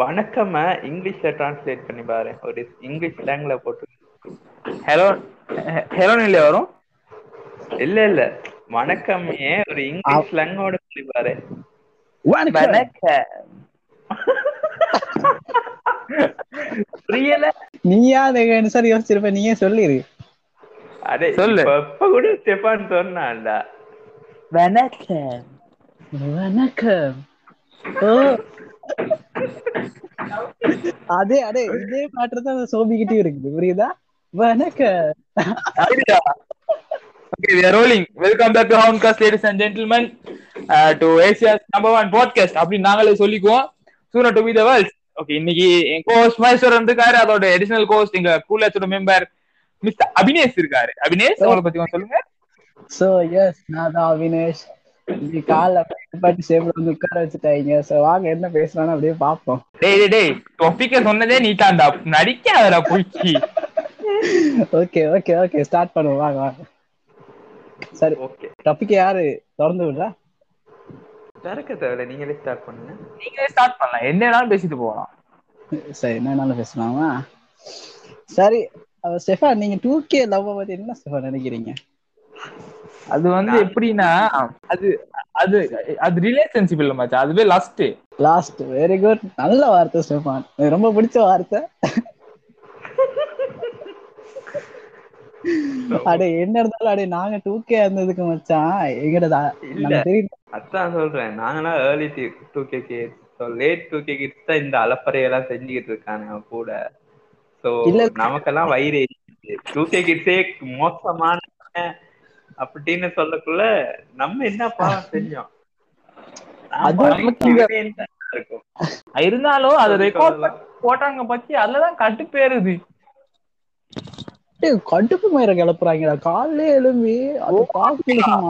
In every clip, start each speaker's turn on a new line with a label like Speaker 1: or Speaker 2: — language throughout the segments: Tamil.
Speaker 1: வணக்கம இங்கிலீஷ்ல டிரான்ஸ்லேட் பண்ணி பாரு ஒரு இங்கிலீஷ் ஸ்லாங்ல போட்டு
Speaker 2: ஹலோ ஹலோன்னு இல்லையா வரும்
Speaker 1: இல்ல இல்ல வணக்கமே ஒரு இங்கிலீஷ் ஸ்லாங்கோட சொல்லி பாரு
Speaker 2: வணக்க
Speaker 1: புரியல
Speaker 3: நீயா அதுக்கு அனுசார் யோசிச்சிருப்ப நீயே சொல்லிரு
Speaker 1: அடே
Speaker 2: சொல்லு.
Speaker 1: இப்ப இப்ப கூட ஸ்டெஃபான் சொன்னான்டா
Speaker 2: வணக்கம்
Speaker 3: வணக்கம் ஓ அதே அதே இதே பாட்டு தான் அந்த சோபிக்கிட்டே இருக்குது புரியுதா வணக்கம்
Speaker 2: அப்படியா? Okay, we are rolling. Welcome back to Houndcast, ladies and gentlemen, uh, to Asia's number one podcast. அப்படி நாங்களே சொல்லிக்குவோம். Soon to be the world. Okay, இன்னைக்கு என் co-host மகேஸ்வரன் இருக்காரு. அதோட additional co-host எங்க Cool Earth ஓட member, Mr. அபினேஷ் இருக்காரு. அபினேஷ், உங்களை பத்தி கொஞ்சம் சொல்லுங்க.
Speaker 3: சோ எஸ் நான் தான் அவினேஷ் இப்படி கால பாட்டு சேம்ல வந்து உட்கார வச்சுட்டாங்க சோ வாங்க என்ன பேசலாம்னு அப்படியே பார்ப்போம்
Speaker 2: டேய், டேய், டேய், topic அ சொன்னதே நீதான்டா. நடிக்காதடா, புளிச்சி.
Speaker 3: ஓகே ஓகே ஓகே ஸ்டார்ட் பண்ணுவோம் வாங்க வாங்க சரி
Speaker 1: ஓகே
Speaker 3: டாபிக் யாரு திறந்து விடுறா
Speaker 1: திறக்க தேவையில்ல நீங்களே ஸ்டார்ட் பண்ணுங்க
Speaker 2: நீங்களே start பண்ணலாம். என்னனாலும் பேசிட்டு போகலாம்.
Speaker 3: சரி என்னனாலும் பேசலாமா சரி அவ ஸ்டெஃபான் நீங்க டூ கே லவ் பத்தி என்ன ஸ்டெஃபான் நினைக்கிறீங்க
Speaker 2: அது வந்து எப்படின்னா அது அது அது ரிலேஷன்ஷிப் இல்ல மச்சான் அதுவே லாஸ்ட்
Speaker 3: லாஸ்ட் வெரி குட் நல்ல வார்த்தை ஸ்டெஃபான் எனக்கு ரொம்ப பிடிச்ச வார்த்தை அடே என்ன இருந்தாலும் அடே நாங்க டூ கே இருந்ததுக்கு மச்சான் எங்கடா
Speaker 1: இல்ல.
Speaker 3: நம்ம தெரியும்
Speaker 1: அதான் சொல்றேன் நாங்களாம் early two K kids so late two K kids தான் இந்த அலப்பறையெல்லாம் செஞ்சுக்கிட்டு இருக்கானுங்க கூட ஸோ
Speaker 3: இல்ல.
Speaker 1: நமக்கெல்லாம் வயிறு டூ கே கிட்ஸே மோசமான அப்படின்னு சொல்லக்குள்ள நம்ம என்ன பாவம் செஞ்சோம்
Speaker 3: அது
Speaker 1: நாம
Speaker 2: நமக்கு இங்க-
Speaker 1: இவனே தான் இருக்கும்.
Speaker 2: இருந்தாலும் அது ரெக்கார்ட்
Speaker 1: சொல்லலாம்.
Speaker 2: போட்டாங்க பத்தி அதுலதான் கட்டுப்பேருது
Speaker 3: டேய், கடுப்பு மயிர கிளப்புறாங்கடா காலையில எழும்பி அது பாக்கலாம்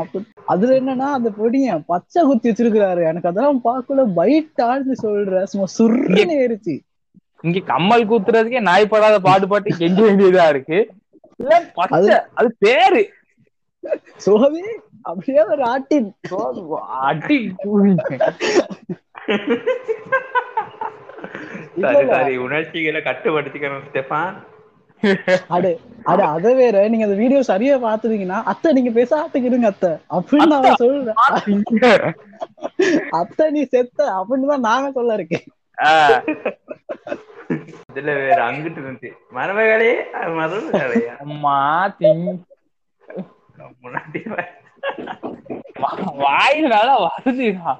Speaker 3: அதுல என்னன்னா அந்த பொடியன் பச்சை குத்தி வச்சிருக்கிறாரு எனக்கு அதெல்லாம் பார்க்கல பைட் ஆழ்ந்து சொல்ற சும்மா சுருன்னு ஏறிச்சு
Speaker 2: இங்க கம்மல் கூத்துறதுக்கே நாய் படாத பாடுபட்டு கெஞ்ச வேண்டியதா இருக்கு இல்ல பச்சை அது பேரு
Speaker 3: சோவி அப்படியே ஒரு ஆட்டின்
Speaker 2: சோ, அடி கூவிங்க.
Speaker 3: இல்ல,
Speaker 1: சரி
Speaker 3: இல்ல.
Speaker 1: சரி உணர்ச்சிகளை கட்டுப்படுத்திக்கணும் ஸ்டெஃபான்
Speaker 3: அடு அட அத வேற நீங்க அந்த வீடியோ சரியா பாத்துருக்கீங்கன்னா அத்தை நீங்க பேசாட்டுக்கு இருங்க அத்தை அப்படின்னு நான் சொல்றேன் அத்தை நீ செத்த அப்படின்னு தான் நாங்க சொல்ல இருக்கேன்
Speaker 2: ஆ,
Speaker 1: இதுல வேற அங்கிட்டு இருந்துச்சு மரபகளே மரபகளையா
Speaker 2: அம்மா திங்க
Speaker 1: முன்னாடி
Speaker 2: வா- வாயினால வருதுடா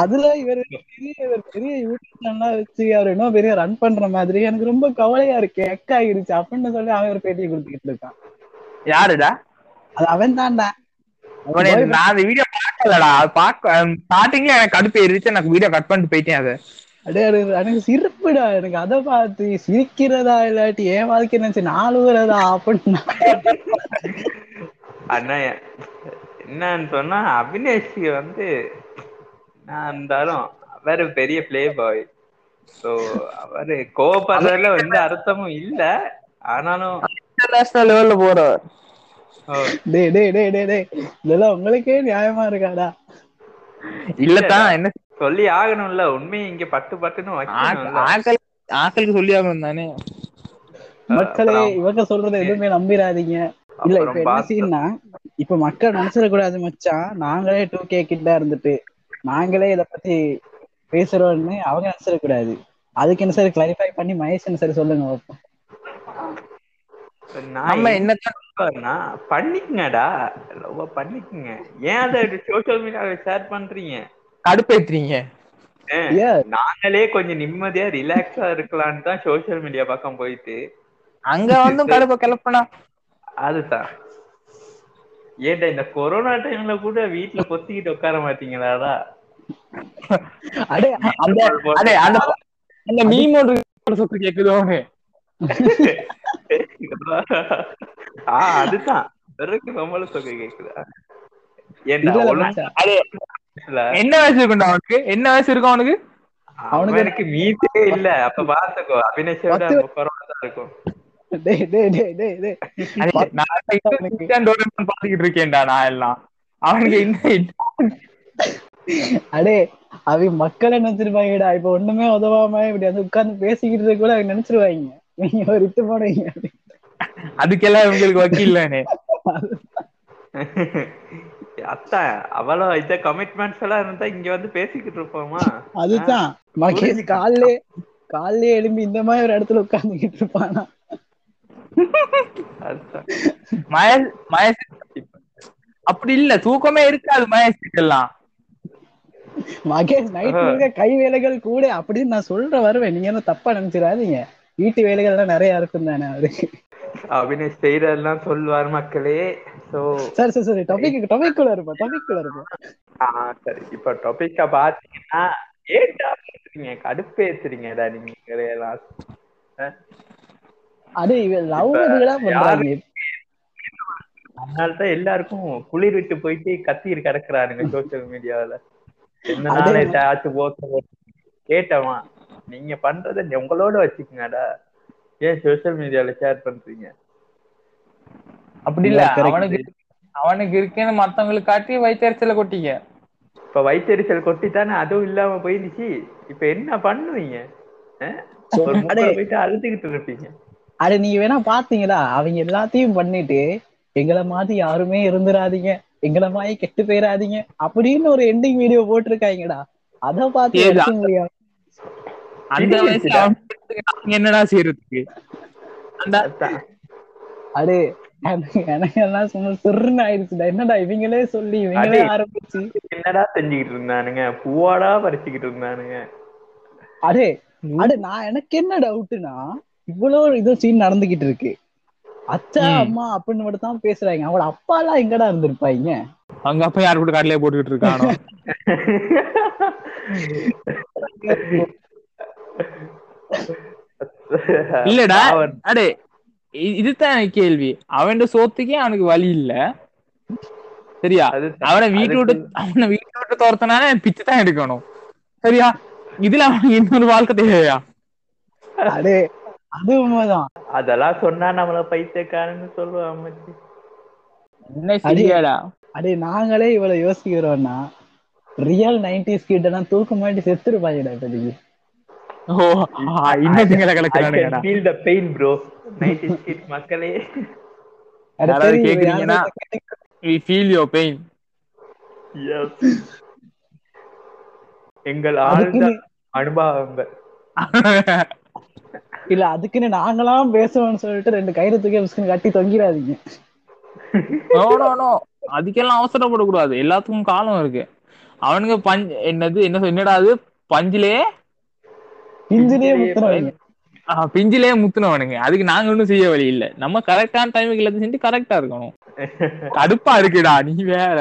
Speaker 3: அதுல இவர் பெரிய இவர் பெரிய யூடியூப் சேனல் வச்சு அவர் இன்னும் பெரிய ரன் பண்ற மாதிரி எனக்கு ரொம்ப கவலையா இருக்கு எக் ஆகிருச்சு அப்படின்னு சொல்லி அவன் ஒரு பேட்டியை கொடுத்துக்கிட்டு இருக்கான்
Speaker 2: யாருடா
Speaker 3: அது அவன் தான்டா
Speaker 2: அவனே, நான் அந்த வீடியோ பார்க்கலடா அது பார்க்க ஸ்டார்டிங்ல எனக்கு கடுப்பு ஏறிச்சு எனக்கு வீடியோ கட் பண்ணிட்டு போயிட்டேன் அதை
Speaker 3: அடே அடே, எனக்கு சிரிப்புடா எனக்கு அதை பார்த்து சிரிக்கிறதா இல்லாட்டி ஏன் வாழ்க்கை நினைச்சு நாளுகிறதா அப்படின்னு
Speaker 1: அண்ணா என்னன்னு சொன்னா அபினேஷ் வந்து நான் இருந்தாலும் அவரு பெரிய பிளே பாய் சோ அவரு கோபப்படுறதுல எந்த அர்த்தமும் இல்ல ஆனாலும்
Speaker 2: இன்டர்நேஷனல் லெவல்ல போறவர்
Speaker 1: ஓ,
Speaker 3: டே டே டே டே டே இதெல்லாம் உங்களுக்கே நியாயமா இருக்காடா
Speaker 2: இல்லதான் என்ன
Speaker 1: சொல்லி ஆகணும்ல உண்மையை இங்க பட்டு பட்டுன்னு வைக்கணும்ல
Speaker 2: ஆக்கள் ஆக்களுக்கு சொல்லி ஆகணும் தானே
Speaker 3: மக்களே
Speaker 1: அப்புறம்
Speaker 3: இவங்க சொல்றதை எதுவுமே நம்பிடாதீங்க இல்ல இப்ப
Speaker 1: அப்புறம்
Speaker 3: என்ன
Speaker 1: பாத்து-
Speaker 3: சீன்னா இப்ப மக்கள் நினைச்சிட கூடாது மச்சான் நாங்களே டூ கே கிட்ட இருந்துட்டு நாங்களே இத பத்தி பேசுறோம்னு அவங்க நினைச்சிட கூடாது அதுக்கு என்ன சார் கிளாரிஃபை பண்ணி மகேஷ் என்ன சார் சொல்லுங்க பாப்போம்.
Speaker 2: நம்ம
Speaker 1: நான்
Speaker 2: என்ன
Speaker 1: பாருன்னா, பண்ணிக்கங்கடா லவ் பண்ணிக்கங்க ஏன் அதை சோஷியல் மீடியால ஷேர் பண்றீங்க
Speaker 2: கடுப்பேத்துறீங்க
Speaker 1: ஏ,
Speaker 3: Yeah.
Speaker 1: நாங்களே கொஞ்சம் நிம்மதியா ரிலாக்ஸா இருக்கலாம்னு தான் சோஷியல் மீடியா பக்கம் போயிட்டு
Speaker 2: அங்க வந்து கடுப்பை கிளப்பனா
Speaker 1: அதுதான் ஏன்டா இந்த கொரோனா டைம்ல கூட வீட்ல பொத்திக்கிட்டு உட்கார மாட்டீங்களாடா
Speaker 3: அடே
Speaker 2: அந்த அடே அந்த அந்த மீம் ஒன்று சொத்து கேக்குதோன்னு
Speaker 1: ஆ அதுதான் பிறகு நம்மள சொக்க கேக்குதா ஏன்டா
Speaker 3: இல்ல இல்ல
Speaker 1: ஒழுங்கா
Speaker 3: மச்சான்.
Speaker 2: அது
Speaker 1: இல்ல.
Speaker 2: என்ன வயசு இருக்குண்டா அவனுக்கு என்ன வயசு இருக்கும் அவனுக்கு
Speaker 3: அவனுக்கு-
Speaker 1: அவனுக்கு மீட்டே இல்ல அப்ப பாத்துக்கோ அபினேஷோட
Speaker 3: பத்து-
Speaker 1: கொரோனா தான் இருக்கும்
Speaker 3: டே டே டே டே டே
Speaker 2: அது நான் இப்ப Nintendo Doraemon பாத்துக்கிட்டு இருக்கேன்டா நான் எல்லாம் அவனுக்கு என்ன
Speaker 3: அடே அவ மக்களை நினைச்சிருப்பாங்கடா இப்ப ஒண்ணுமே உதவாம இப்படி வந்து உட்கார்ந்து பேசிக்கிட்டு இருக்க கூட அவங்க நினைச்சிருவாங்க நீங்க ஒரு இட்டு போனீங்க
Speaker 2: அதுக்கெல்லாம் இவங்களுக்கு வக்கீல் தானே
Speaker 1: அத்தான் அவ்வளோ இந்த கமிட்மெண்ட்ஸ் எல்லாம் இருந்தா இங்க வந்து பேசிக்கிட்டு இருப்போமா
Speaker 3: அதுதான் மகேஷ் காலிலே காலிலே எழும்பி இந்த மாதிரி ஒரு இடத்துல உட்கார்ந்துகிட்டு இருப்பானா
Speaker 1: அதுதான்
Speaker 2: மயஸ் மயஸ் அப்படி இல்ல தூக்கமே இருக்காது மயசுக்கு எல்லாம்
Speaker 3: மகேஷ் நைட் முழுக்க கை வேலைகள் கூட அப்படின்னு நான் சொல்ற வருவேன் நீங்க என்ன தப்பா நினைச்சிடாதீங்க வீட்டு வேலைகள் எல்லாம் நிறைய இருக்கும் தானே அவருக்கு
Speaker 1: அபினேஷ் செய்யறதெல்லாம் சொல்லுவார் மக்களே சோ
Speaker 3: சரி சரி சரி டாபிக் டாபிக் குள்ள இருப்போம் டாபிக் குள்ள இருப்போம்
Speaker 1: ஆ சரி இப்ப டொபிக்க பாத்தீங்கன்னா ஏட்டா பேசுறீங்க கடுப்பேத்துறீங்கடா நீங்க எல்லாம்
Speaker 3: அது இவன் லவ் இதுகளா பண்றாங்க
Speaker 1: அதனாலதான் எல்லாருக்கும் குளிர் விட்டு போயிட்டு கத்தி கிடக்குறாருங்க சோசியல் மீடியாவுல என்ன
Speaker 3: அதே
Speaker 1: நாளே தாச்சு போட்டு கேட்டவன் நீங்க பண்றத நீ உங்களோட வச்சுக்கங்கடா ஏன் சோசியல் மீடியால ஷேர் பண்றீங்க
Speaker 2: அப்படி இல்ல
Speaker 3: correct.
Speaker 2: அவனுக்கு அவனுக்கு இருக்குன்னு மத்தவங்களுக்கு காட்டி வயிற்றுல கொட்டிங்க
Speaker 1: இப்ப வயிற்றுச்சல் கொட்டித்தானே அதுவும் இல்லாம போயிருச்சு இப்ப என்ன பண்ணுவீங்க அஹ்? ஒரு மூலை போயிட்டு அழுதுகிட்டு இருப்பீங்க
Speaker 3: அட நீங்க வேணா பாத்தீங்களா அவங்க எல்லாத்தையும் பண்ணிட்டு எங்களை மாதிரி யாருமே இருந்துராதீங்க எங்களை மாதிரி கெட்டு போயிடாதீங்க அப்படின்னு ஒரு எண்டிங் வீடியோ போட்டிருக்காங்கடா அத பார்த்து
Speaker 2: ஏதா-
Speaker 3: எடுக்க முடியாது
Speaker 2: அந்த
Speaker 1: திடீர்னு
Speaker 2: வயசுல அவனுக்கு நாங்க என்னடா செய்யறதுக்கு அந்த
Speaker 1: அதான்.
Speaker 3: அடே எனக்கு எனக்கு எல்லாம் சும்மா சிறுன்னு ஆயிடுச்சுடா என்னடா இவங்களே சொல்லி இவங்களே
Speaker 1: அடே.
Speaker 3: ஆரம்பிச்சு
Speaker 1: என்னடா செஞ்சுக்கிட்டு இருந்தானுங்க பூவாடா பறிச்சுக்கிட்டு இருந்தானுங்க
Speaker 3: அடே அடே நான் எனக்கு என்ன டவுட்னா இவ்வளவு இது சீன் நடந்துகிட்டு இருக்கு அச்சா
Speaker 2: ம்.
Speaker 3: அம்மா அப்படின்னு மட்டும் தான் பேசுறாங்க அவளோட அப்பா எல்லாம் எங்கடா இருந்திருப்பாங்க
Speaker 2: அவங்க அப்பா யாரு கூட காட்டிலே போட்டுக்கிட்டு இருக்கானோ இல்லடா
Speaker 1: அவன்
Speaker 2: அடே இ- இதுதான் எனக்கு கேள்வி அவன் சோத்துக்கே அவனுக்கு வழி இல்ல சரியா
Speaker 1: அதுதான்.
Speaker 2: அவனை வீட்டு விட்டு அவனை வீட்டு விட்டு துரத்தனால பிச்சு தான் எடுக்கணும் சரியா இதுல அவனுக்கு இன்னொரு வாழ்க்கை தேவையா
Speaker 3: அடே அது உண்மைதான்
Speaker 1: அதெல்லாம் சொன்னா நம்மள பைத்தியக்காரன்னு சொல்லுவா அம்மாச்சி
Speaker 2: என்ன சரியாடா
Speaker 3: அடே நாங்களே இவ்வளவு யோசிக்கிறோம்னா ரியல் நைன்டிஸ் கிட்ட எல்லாம் தூக்க மாட்டி செத்துருப்பாங்கடா இப்போதைக்கு
Speaker 2: ஓ ஆ, இன்னும் திங்களை
Speaker 1: I can
Speaker 2: கலக்கிறானுங்கடா
Speaker 1: feel the pain bro night is kid மக்களே
Speaker 3: அட
Speaker 2: யாராவது
Speaker 3: சரி, இவன்
Speaker 2: கேக்குறீங்கன்னா?
Speaker 3: யாராவது கேட்டா-
Speaker 2: we feel your pain
Speaker 1: Yes. எங்கள் ஆழ்ந்த
Speaker 3: அதுக்குன்னு-
Speaker 1: அனுபவங்கள்
Speaker 3: இல்ல அதுக்குன்னு நாங்களாம் பேசுவோம்னு சொல்லிட்டு ரெண்டு கயிறு தூக்கி பிஸ்கன் கட்டி தொங்கிடாதீங்க
Speaker 2: நோ நோ நோ அதுக்கெல்லாம் அவசரப்படக்கூடாது எல்லாத்துக்கும் காலம் இருக்கு அவனுங்க பஞ்சு என்னது என்ன சொல்- என்னடா அது பஞ்சிலே
Speaker 3: இன்ஜினியே முத்துறவங்க
Speaker 2: ஆஹ், பிஞ்சிலே முத்துனவனுங்க அதுக்கு நாங்க ஒண்ணும் செய்ய வழி இல்ல நம்ம கரெக்டான டைமுக்கு எல்லாத்தையும் செஞ்சு கரெக்டா இருக்கணும் கடுப்பா இருக்குடா நீ வேற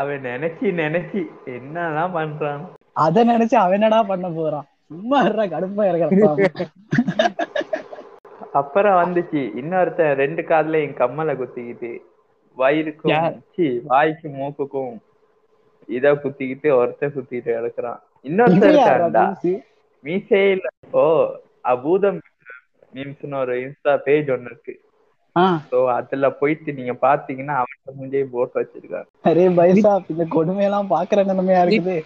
Speaker 1: அவன் நினைச்சு நினைச்சு என்னதான் பண்றான்
Speaker 3: அத நினைச்சு அவன் என்னடா பண்ண போறான் சும்மா இருடா கடுப்பா இருக்கிறப்பா
Speaker 1: அப்புறம் வந்துச்சு இன்னொருத்தன் ரெண்டு காதுல என் கம்மலை குத்திக்கிட்டு வயிறுக்கும்
Speaker 2: யார்?
Speaker 1: சீ, வாய்க்கும் மூக்குக்கும் இத குத்திக்கிட்டு ஒருத்தன் குத்திக்கிட்டு கிடக்குறான் இன்னொருத்தன் இருக்கான்டா மீசே இல்ல ஓ அபூதம் மீம்ஸ்னு ஒரு இன்ஸ்டா பேஜ் ஒண்ணு இருக்கு
Speaker 3: ஆஹ்
Speaker 1: சோ அதுல போயிட்டு நீங்க பாத்தீங்கன்னா அவன் முஞ்சே போட்டு வச்சிருக்காங்க
Speaker 3: அரே பைசா இந்த கொடுமையெல்லாம் பாக்குற நிலைமையா இருக்குது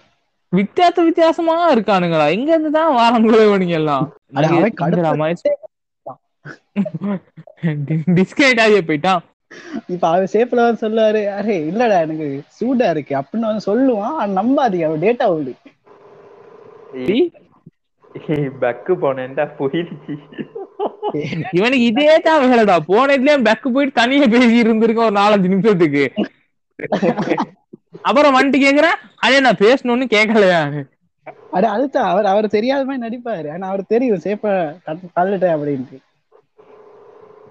Speaker 2: வித்தியாச வித்தியாசமா இருக்கானுங்களா எங்க இருந்து தான் வாரங்குழவனுங்க எல்லாம்
Speaker 3: அட, அவன் கடுப்பா
Speaker 2: டிஸ்கனெக்ட் ஆகிய போயிட்டான்
Speaker 3: இப்ப அவன் சேஃப்ல வந்து சொல்லுவாரு அரே இல்லடா எனக்கு சூடா இருக்கு அப்படின்னு வந்து சொல்லுவான் ஆனா நம்பாதீங்க அவன் டேட்டா விடு
Speaker 2: டி,
Speaker 1: பக்கு போனேன்டா போயிடுச்சு
Speaker 2: இவனுக்கு இதே தான் வேலைடா போன இதுலயே பேக் போயிட்டு தனியா பேசி இருந்திருக்கோம் ஒரு நாலஞ்சு நிமிஷத்துக்கு அப்புறம் வந்துட்டு கேக்குறேன் அதே நான் பேசணும்னு கேட்கலையா
Speaker 3: அட அதுதான் அவர் அவர் தெரியாத மாதிரி நடிப்பாரு ஆனா அவர் தெரியும் சேஃபா தள்ளிட்டேன் அப்படின்ட்டு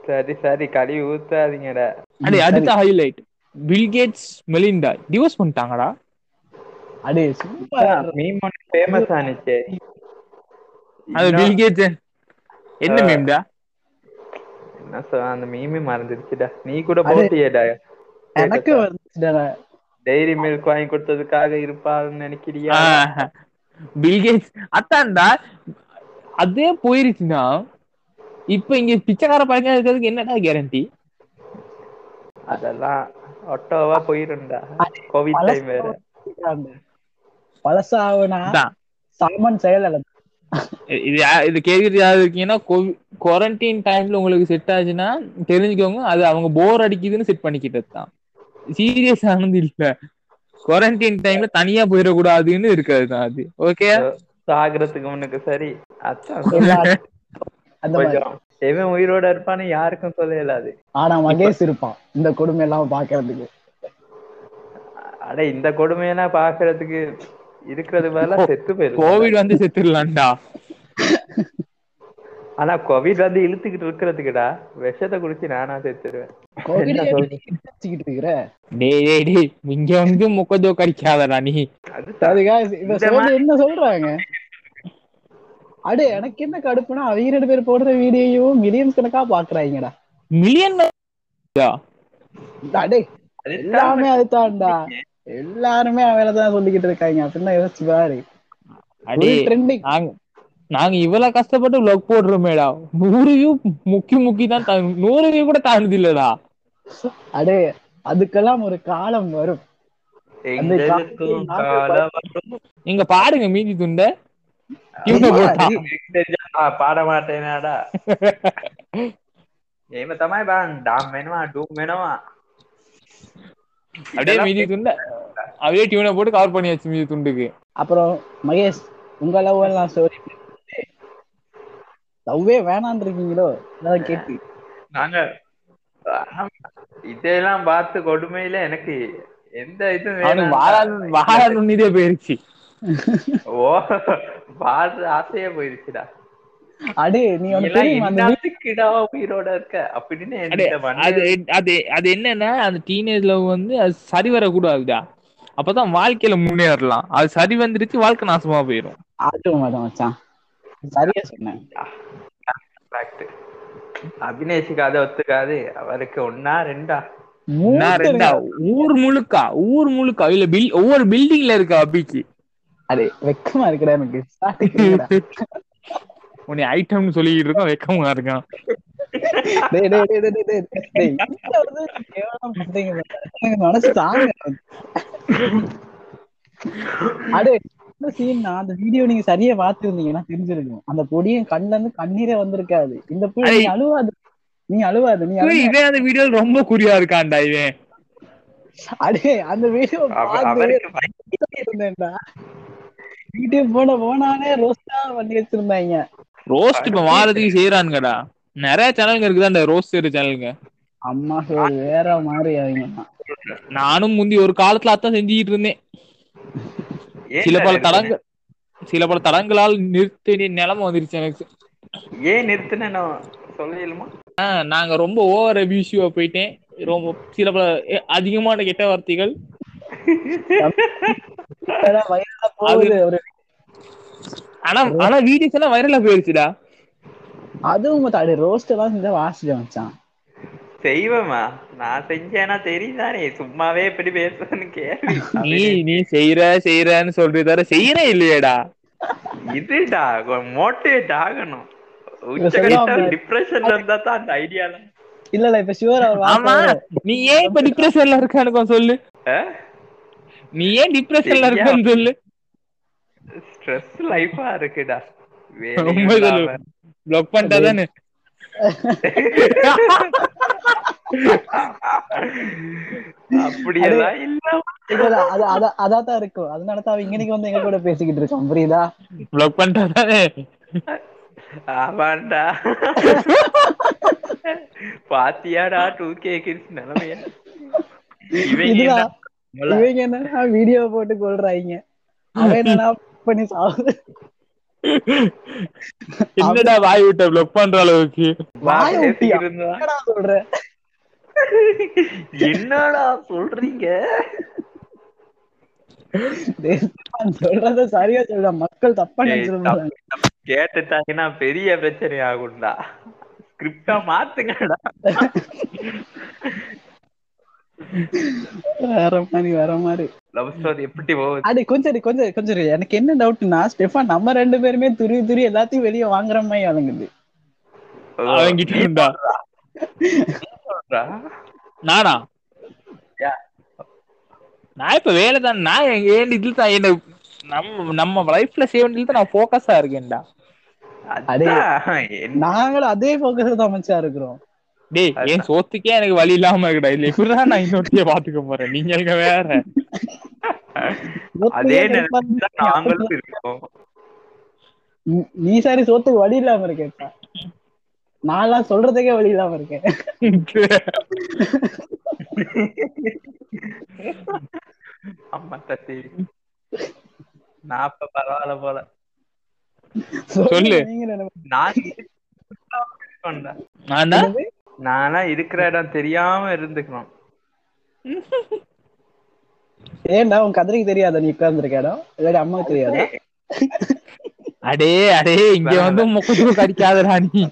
Speaker 1: சரி சரி கழுவி ஊத்தாதீங்கடா
Speaker 2: அடே அடுத்த ஹைலைட் பில்கேட்ஸ் மெலிண்டா டிவோர்ஸ் பண்ணிட்டாங்கடா
Speaker 3: அடே சும்மா
Speaker 1: மீம் ஒன்று ஃபேமஸ் ஆனிச்சே
Speaker 2: அது
Speaker 1: இன்னும்
Speaker 2: பில்கேட்ஸ் என்ன
Speaker 1: ஆ.
Speaker 2: மேம்டா
Speaker 1: என்ன சொல்ல அந்த மீமே மறந்துடுச்சுடா நீ கூட போட்டியேடா
Speaker 3: எனக்கு வந்துச்சுடா
Speaker 1: டெய்ரி மில்க் வாங்கி கொடுத்ததுக்காக இருப்பான்னு நினைக்கிறியா
Speaker 2: பில்கேட்ஸ் அத்தான்டா அதே போயிருச்சுன்னா இப்ப இங்க பிச்சைக்கார பையன் இருக்கிறதுக்கு என்னடா கேரண்டி
Speaker 1: அதெல்லாம் ஒட்டோவா போயிருந்தா கோவிட் டைம் வேற
Speaker 3: பழசாவனா
Speaker 2: அதான்.
Speaker 3: சாமன் செயல் அல்ல
Speaker 2: இது- இது யா- இது கேட்கறது யாரு இருக்கீங்கன்னா குவாரண்டைன் டைம்ல உங்களுக்கு செட் ஆச்சுன்னா தெரிஞ்சுக்கோங்க அது அவங்க போர் அடிக்குதுன்னு செட் பண்ணிக்கிட்டது தான் சீரியஸ் ஆனது இல்ல குவாரண்டைன் டைம்ல தனியா போயிடக்கூடாதுன்னு இருக்காது தான் அது ஓகே
Speaker 1: சாகிறதுக்கு முன்னுக்கு சரி அதான்
Speaker 3: எல்லாரும் அந்த மாதிரி
Speaker 1: கொஞ்சம் எவன் உயிரோட இருப்பான்னு யாருக்கும் சொல்ல இயலாது
Speaker 3: ஆனா மகேஷ் இருப்பான் இந்த கொடுமை எல்லாம் பாக்குறதுக்கு
Speaker 1: அட இந்த கொடுமையெல்லாம் பாக்குறதுக்கு இருக்கிறது பதிலா செத்து போயிருக்கு
Speaker 2: கோவிட் வந்து செத்துடலாம்டா
Speaker 1: ஆனா கோவிட் வந்து இழுத்துக்கிட்டு இருக்கிறதுக்குடா விஷத்தை குடிச்சு நானா செத்துருவேன்
Speaker 3: கோவிட்
Speaker 1: என்ன சொல்றது?
Speaker 3: வச்சுக்கிட்டு இருக்கிற
Speaker 2: டேய் டேய் டேய் இங்க வந்து முக்கஜோ கடிக்காதடா நீ
Speaker 1: அது
Speaker 3: அதுக்கா இவ
Speaker 1: இந்த
Speaker 3: சொல்றது என்ன சொல்றாங்க அடே எனக்கு என்ன கடுப்புனா அவங்க ரெண்டு பேர் போடுற வீடியோவும் மில்லியன்ஸ் கணக்கா பாக்குறாங்கடா
Speaker 2: மில்லியன்
Speaker 3: அடே
Speaker 1: அது
Speaker 3: எல்லாமே அதுதான்டா எல்லாருமே அவளை தான் சொல்லிக்கிட்டு இருக்காங்க அப்படின்னா யோசிச்சு பாரு
Speaker 2: அடே
Speaker 3: ட்ரெண்டிங்
Speaker 2: நாங்க நாங்க இவ்வளவு கஷ்டப்பட்டு vlog போடுறோமேடா நூறு வியூ முக்கி முக்கி தான் தா- நூறு வியூ கூட தாழ்ந்து இல்லடா
Speaker 3: அடே அதுக்கெல்லாம் ஒரு காலம் வரும்
Speaker 1: எங்களுக்கும் காலம் வரும்.
Speaker 2: நீங்க பாருங்க மீதி துண்ட இவங்க
Speaker 3: ஆமா,
Speaker 2: போட்டா
Speaker 1: ஆ, பாட மாட்டேனாடா ஏம தமாய் பான் டாம் வேணுமா டூம் வேணுமா
Speaker 2: அப்படியே மீதி துண்ட அப்படியே டியூனை போட்டு கவர் பண்ணியாச்சு மீதி துண்டுக்கு
Speaker 3: அப்புறம் மகேஷ் உங்க லவ் எல்லாம் ஸ்டோரி லவ்வே வேணான்னு இருக்கீங்களோ அதான் கேட்டு
Speaker 1: நாங்க ஆமா. இதெல்லாம் பார்த்து கொடுமையில எனக்கு எந்த இது
Speaker 2: அவனுக்கு வாழாது வாழாது உன்னிதே போயிருச்சு
Speaker 1: ஓ வாழ்ற ஆசையே போயிருச்சுடா
Speaker 3: அடே நீ
Speaker 1: நீ
Speaker 3: ஒண்ணு
Speaker 1: எல்லாம்
Speaker 3: தெரியுமா அந்த
Speaker 1: என்னத்துக்குடா உயிரோட இருக்க அப்படின்னு
Speaker 2: அடே,
Speaker 1: என்கிட்ட
Speaker 2: அது
Speaker 1: வந்து-
Speaker 2: அது அது என்னன்னா அந்த டீனேஜ் லவ் வந்து அது சரி வரக்கூடாதுடா அப்பதான் வாழ்க்கையில முன்னேறலாம் அது சரி வந்துருச்சு வாழ்க்கை நாசமா போயிடும்
Speaker 3: ஆட்டு மாட்டோம் மச்சான் சரியா சொன்னேன்
Speaker 1: Fact. அபினேஷுக்கு அதை ஒத்துக்காது அவருக்கு ஒன்னா ரெண்டா
Speaker 3: மூணு
Speaker 2: நான் ரெண்டா ஊர் முழுக்கா ஊர் முழுக்கா இல்ல பில் ஒவ்வொரு பில்டிங்ல இருக்கா அபிக்கு
Speaker 3: அடே வெக்கமா இருக்குடா எனக்கு starting இருக்குடா.
Speaker 2: உன்னை ஐட்டம்னு சொல்லிட்டு இருக்கோம் வெக்கமா இருக்கான்
Speaker 3: டேய், டேய், டேய், டேய், டேய், டேய், டேய், இந்த ஒரு இது கேவலம் பண்றீங்க பாரு. எனக்கு மனசு தாங்க அடே இந்த சீன்னா அந்த வீடியோ நீங்க சரியா பார்த்திருந்தீங்கன்னா தெரிஞ்சிருக்கும் அந்த பொடியும் கண்ணுல இருந்து கண்ணீரே வந்திருக்காது இந்த புள்ளி நீ
Speaker 2: அடே.
Speaker 3: அழுவாது நீ அழுவாது நீ அழுவாது.
Speaker 2: இவன் அந்த வீடியோ ரொம்ப குறியா இருக்கான்டா இவன்
Speaker 3: அடே அந்த வீடியோ
Speaker 1: அவ-
Speaker 3: பார்த்து
Speaker 1: அவருக்கு வயி-
Speaker 3: இருந்தேன்டா வீடியோ போன போனானே ரோஸ்டா பண்ணி வச்சிருந்தாங்க
Speaker 2: ரோஸ்ட் இப்ப வாரத்துக்கு செய்யறானுங்கடா நிறைய சேனலுங்க இருக்குதான்டா ரோஸ்ட் செய்யற சேனலுங்க
Speaker 3: அம்மா சோறு வேற மாதிரி அவங்க
Speaker 2: நானும் முந்தி ஒரு காலத்துல அதான் செஞ்சுக்கிட்டு இருந்தேன்
Speaker 1: ஏன்
Speaker 2: சில பல
Speaker 1: நிறுத்தின?
Speaker 2: தடங்கள் சில பல தடங்களால் நிறுத்த வேண்டிய நிலைமை வந்துருச்சு எனக்கு
Speaker 1: ஏன் நிறுத்தினோ சொல்லிடலுமா
Speaker 2: ஆ, நாங்க ரொம்ப ஓவர் அபியூசிவா போயிட்டேன் ரொம்ப சில பல எ, அதிகமான கெட்ட வார்த்தைகள்
Speaker 3: வயசுல போகுது ஒரு
Speaker 2: ஆனா ஆனா வீடியோஸ் எல்லாம் வைரலா போயிருச்சுடா
Speaker 3: அதுவும் மத்த- அடே ரோஸ்ட் எல்லாம் செஞ்சா வாசிச்சு வச்சான்
Speaker 1: செய்வேமா நான் செஞ்சேன்னா தெரியுதானே சும்மாவே இப்படி பேசுறேன்னு கேள்வி
Speaker 2: நீ நீ செய்யற செய்யறன்னு சொல்றது தவிர செய்யறே இல்லையேடா
Speaker 1: இதுடா மோட்டிவேட் ஆகணும்
Speaker 3: சொல்லுவாங்க.
Speaker 1: டிப்ரெஷன்ல இருந்தா தான் அந்த ஐடியால
Speaker 3: இல்ல இல்ல இப்ப ஷுவர் அவர்
Speaker 2: ஆமா
Speaker 3: வார்த்தை
Speaker 2: நீ ஏன் இப்ப டிப்ரெஷன்ல இருக்கானு சொல்லு நீ ஏன் டிப்ரெஷன்ல இருக்கான்னு சொல்லு
Speaker 1: ஸ்ட்ரெஸ் லைஃபா இருக்குடா
Speaker 2: உண்மை சொல்லு பிளாக் பண்ணிட்டாதானே
Speaker 1: அப்படியெல்லாம் இல்ல
Speaker 3: இல்ல, இல்ல, அது அத- அதாத்தான் இருக்கும் அதனாலதான் அவன் இங்கனைக்கு வந்து எங்க கூட பேசிக்கிட்டு இருக்கான் புரியுதா
Speaker 2: பிளாக் பண்ணிட்டாதானே
Speaker 1: ஆமாண்டா பாத்தியாடா டூ கே கிட்ஸ் நிலைமைய இவங்க என்ன
Speaker 3: இதுடா
Speaker 1: மொள-
Speaker 3: இவங்க என்னன்னா வீடியோ போட்டு கொள்றாங்க அவன் என்னன்னா பண்ணி சாவு
Speaker 2: என்னடா வாய் விட்ட பிளாக் பண்ற அளவுக்கு
Speaker 1: வா,
Speaker 3: வாயை
Speaker 1: பேசிக்கிட்டு
Speaker 3: ஊத்தியா?
Speaker 1: இருந்தா.
Speaker 3: என்னடா சொல்ற
Speaker 1: என்னடா சொல்றீங்க
Speaker 3: நான் சொல்றத சரியா சொல்ற மக்கள் தப்பா
Speaker 1: ஏய்,
Speaker 3: நினைச்சிருந்தாங்க
Speaker 1: கேட்டுட்டாங்கன்னா பெரிய பிரச்சனை ஆகும்டா ஸ்கிரிப்டா மாத்துங்கடா
Speaker 3: வேற மாதிரி வேற மாதிரி
Speaker 1: லவ் ஸ்டோரி எப்படி போகுது
Speaker 3: அது கொஞ்சம் இரு, கொஞ்சம் இரு, கொஞ்சம் இரு. எனக்கு என்ன டவுட்னா ஸ்டெஃபான் நம்ம ரெண்டு பேருமே துரு துரு எல்லாத்தையும் வெளியே வாங்குற மாதிரி வழங்குது
Speaker 2: அவன்கிட்ட இருந்தா
Speaker 1: சொல்றா?
Speaker 2: நானா
Speaker 1: யா-
Speaker 2: நான் இப்ப வேலை தான் நான் ஏன் இதுல தான் என்ன நம்ம நம்ம லைஃப்ல சேவன்ல தான் நான் ஃபோக்கஸா இருக்கேன்டா
Speaker 1: அதான் என்ன-
Speaker 3: நாங்களும் அதே போக்கஸ் தான் மச்சா இருக்கிறோம்
Speaker 2: டேய் ஏன் சோத்துக்கே எனக்கு வழி இல்லாம இருக்குடா இல்ல இப்படிதான் நான் இன்னொருத்தைய பாத்துக்க போறேன் நீங்க எங்க வேற
Speaker 1: அதே
Speaker 3: சோத்துக்கே
Speaker 1: நிலைமையில தான் நாங்களும் இருக்கோம்
Speaker 3: நீ- நீ சாரி சோத்துக்கு வழி இல்லாம இருக்கேப்பா நான்லாம் சொல்றதுக்கே வழி இல்லாம இருக்கேன்
Speaker 1: அம்மா தட்டி நான் இப்ப பரவாயில்ல போல
Speaker 2: சொல்லு.
Speaker 3: நீங்க நினைப்பீங்க.
Speaker 1: நான் இருக்கேன்டா.
Speaker 2: நான்டா
Speaker 1: நானா இருக்கிற இடம் தெரியாம இருந்துக்கணும்
Speaker 3: ஏன்டா உன் கதிரைக்கு தெரியாத நீ உட்கார்ந்துருக்க இடம் இல்லாட்டி அம்மாவுக்கு தெரியாதா
Speaker 2: அடே அடே இங்க வந்து முக்கத்துக்கு கடிக்காதடா நீ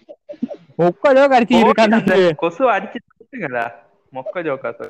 Speaker 2: முக்கதோ கடிச்சு
Speaker 1: அந்த
Speaker 2: இருக்கான்னு
Speaker 1: கொசு அடிச்சு விட்டுங்களா மொக்க ஜோக்கா சார்